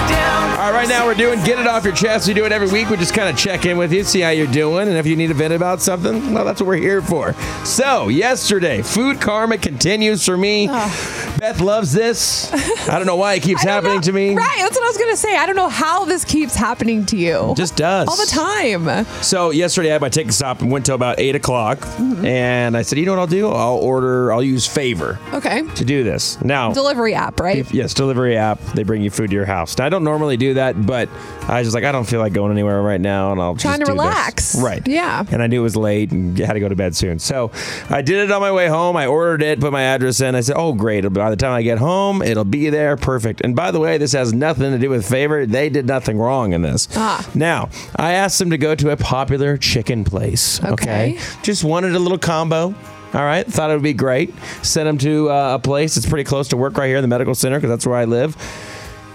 right, right now we're doing Get It Off Your Chest. We do it every week. We just kind of check in with you, see how you're doing, and if you need to vent about something, well, that's what we're here for. So, yesterday, food karma continues for me. Beth loves this. I don't know why it keeps I don't happening know- to me. Right, that's what I was gonna say. I don't know how this keeps happening to you. Just does. all the time. So yesterday I had my ticket stop and went till about eight o'clock, Mm-hmm. and I said, you know what I'll do? I'll order. I'll use Favor Okay, to do this now. delivery app, right? yes, delivery app. They bring you food to your house. Now, I don't normally do that, but I was just like, I don't feel like going anywhere right now, and I'll Trying just to do this. relax. Right. Yeah. And I knew it was late and had to go to bed soon, so I did it on my way home. I ordered it, put my address in. I said, oh great! By the time I get home, it'll be there, perfect. And by the way, this has nothing to do with Favor. They did nothing wrong in this. Ah. Now, I asked them to go to a popular chicken place. Okay. Okay. Just wanted a little combo. All right. Thought it would be great. Sent them to uh, a place that's pretty close to work right here in the medical center because that's where I live.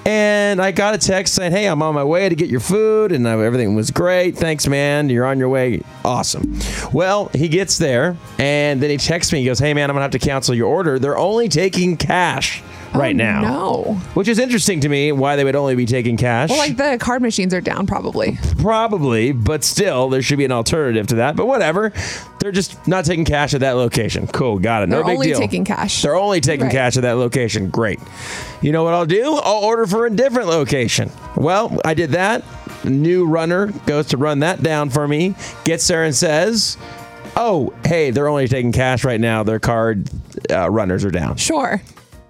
And I got a text saying, hey, I'm on my way to get your food. And uh, everything was great. Thanks, man. You're on your way. Awesome. Well, he gets there and then he texts me. He goes, hey, man, I'm going to have to cancel your order. They're only taking cash right Oh, now. No. Which is interesting to me why they would only be taking cash. Well, like the card machines are down, probably. Probably, but still, there should be an alternative to that. But whatever, they're just not taking cash at that location. Cool, got it. No They're big only deal. taking cash. They're only taking Right. cash at that location. Great. You know what I'll do? I'll order for a different location. Well, I did that. New runner goes to run that down for me. Gets there and says, "Oh, hey, they're only taking cash right now. Their card uh, runners are down." Sure.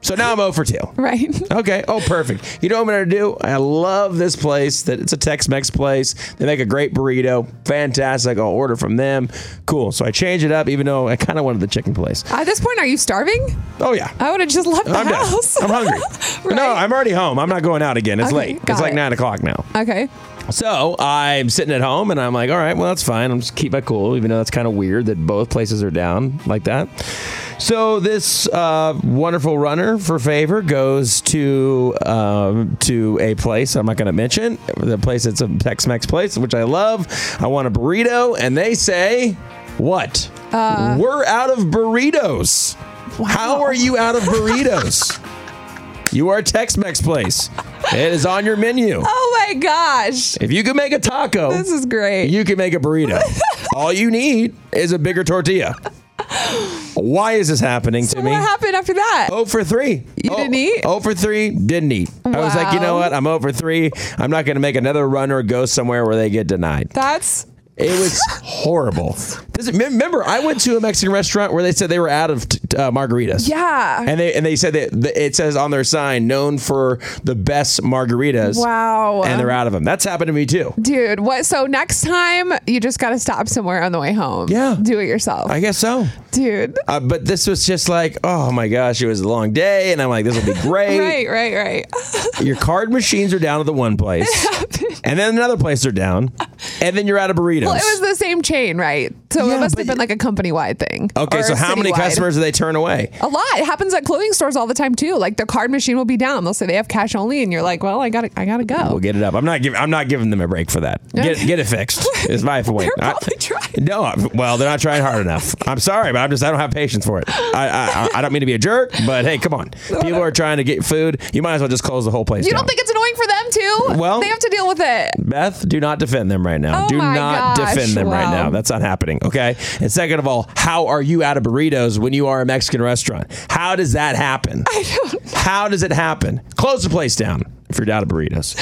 So now I'm 0 for 2. Right. Okay. Oh, perfect. You know what I'm gonna do? I love this place. That it's a Tex-Mex place. They make a great burrito. Fantastic. I'll order from them. Cool. So I change it up, even though I kind of wanted the chicken place. At this point, are you starving? Oh yeah. I would have just left the I'm done. house. I'm hungry. Right. No, I'm already home. I'm not going out again. It's Okay, late. got It's like it. nine o'clock now. okay. So I'm sitting at home and I'm like, all right, well, that's fine. I'm just keep my cool, even though that's kind of weird that both places are down like that. So this uh, wonderful runner for favor goes to um, to a place I'm not going to mention the place. It's a Tex-Mex place, which I love. I want a burrito, and they say, "What? We're out of burritos. How are you out of burritos? you are a Tex-Mex place. It is on your menu." Oh my gosh. If you can make a taco, This is great. you can make a burrito. All you need is a bigger tortilla. Why is this happening to so me? what happened after that? Oh for three. You didn't eat? Oh for three. Didn't eat. I was like, you know Wow. what? I'm over three. I'm not going to make another run or go somewhere where they get denied. That's It was horrible. Does it- remember, I went to a Mexican restaurant where they said they were out of t- t- uh, margaritas. yeah. And they and they said that that it says on their sign known for the best margaritas. wow. And they're out of them. That's happened to me too. Dude, what? So next time you just got to stop somewhere on the way home. Yeah. Do it yourself. I guess so. Dude. Uh, but this was just like, oh my gosh, it was a long day, and I'm like, this will be great. Right, right, right. Your card machines are down at the one place, and then another place they're down, and then you're out of burritos. Well, it was the same chain, right? So Yeah, it must but- have been like a company wide thing. okay, or so a how many citywide. customers do they turn away? A lot. It happens at clothing stores all the time too. Like the card machine will be down. They'll say they have cash only, and you're like, well, I gotta, I gotta go. We'll get it up. I'm not giving. I'm not giving them a break for that. Get Okay. get it fixed. It's my point. They're I- probably trying. No, I- well, they're not trying hard enough. I'm sorry, but I'm just I don't have patience for it. I I, I don't mean to be a jerk, but hey, come on. People are trying to get food. You might as well just close the whole place. You down. don't think it's annoying for them too? Well- they have to deal with it. Beth, do not defend them right now. Oh do my not gosh, defend them right wow. now. That's not happening. Okay. And second of all, how are you out of burritos when you are a Mexican restaurant? How does that happen? I don't. How does it happen? Close the place down if you're out of burritos.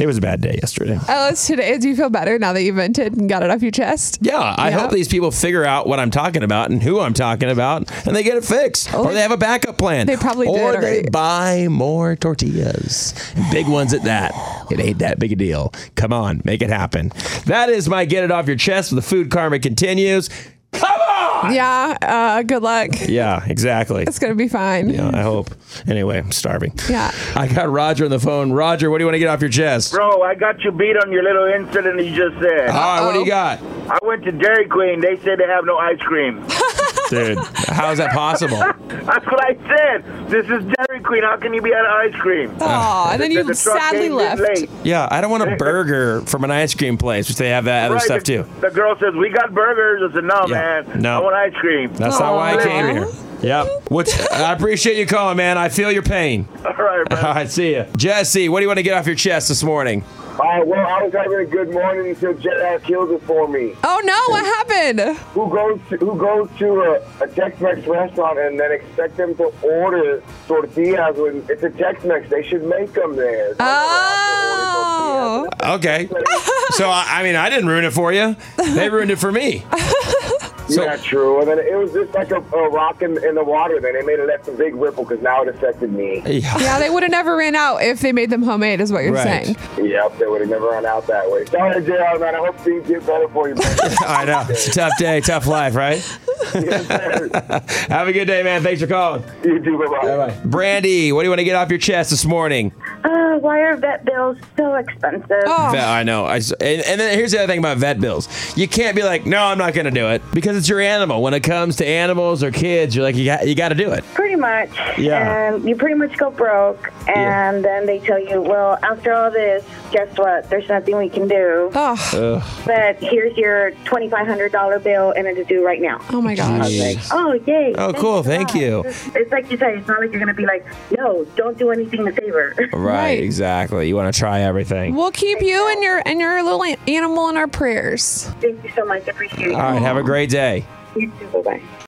it was a bad day yesterday. Oh, it's today. Do you feel better now that you vented and got it off your chest? Yeah, I Yeah. hope these people figure out what I'm talking about and who I'm talking about, and they get it fixed, or they have a backup plan. Oh, They probably did or they already. buy more tortillas, big ones at that. It ain't that big a deal. Come on, make it happen. That is my get it off your chest. The food karma continues. Come on. Yeah. Uh, good luck. Yeah, exactly. It's gonna be fine. Yeah, I hope. Anyway, I'm starving. Yeah. I got Roger on the phone. Roger, what do you want to get off your chest? Bro, I got you beat on your little incident you just said. Uh-huh. All right, what do you got, I went to Dairy Queen. They said they have no ice cream. dude? How is that possible? That's what I said. This is Dairy Queen. How can you be out of ice cream? Aw, and then The- you the truck sadly came in left. late. Yeah, I don't want a burger from an ice cream place, which they have that other Right, stuff the- too. The girl says, We got burgers. I said, No, Yeah, man. no. I want ice cream. That's not why I Aw. came here. Yep. What's, I appreciate you calling, man. I feel your pain. All right, All man. right, see ya. Jesse, what do you want to get off your chest this morning? Uh, well, I was having a good morning until JR killed it for me. Oh no, what happened? Who goes to, who goes to a, a Tex-Mex restaurant and then expect them to order tortillas when it's a Tex-Mex? They should make them there. Oh. Okay. So, I, I mean, I didn't ruin it for you. They ruined it for me. So- yeah, true. And then it was just like a, a rock in, in the water. Then it made a left a big ripple because now it affected me. Yeah. Yeah, they would have never ran out if they made them homemade, is what you're Right. saying. Yep, they would have never run out that way. Sorry, JR, man. I hope things get better for you, man. I know. It's a tough day, tough life, right? Yes, sir. Have a good day, man. Thanks for calling. you do, bye-bye. Brandy, what do you want to get off your chest this morning? Uh, why are vet bills so expensive? Oh, Vet- I know. I s and, and then here's the other thing about vet bills. You can't be like, no, I'm not going to do it because it's your animal. When it comes to animals or kids, you're like, you got, you got to do it. Pretty much. Yeah. And you pretty much go broke, and Yeah. then they tell you, well, after all this, guess what? There's nothing we can do. oh, But here's your $2,500 bill, and it is due right now. oh my gosh. Oh, yay. Oh, cool. Thank God. you. It's, it's like you say, it's not like you're going to be like, no, don't do anything to save her. Right, Right. exactly. You want to try everything. We'll keep you and your and your little an- animal in our prayers. Thank you so much. I appreciate it. All right, have a great day. You too. Bye-bye.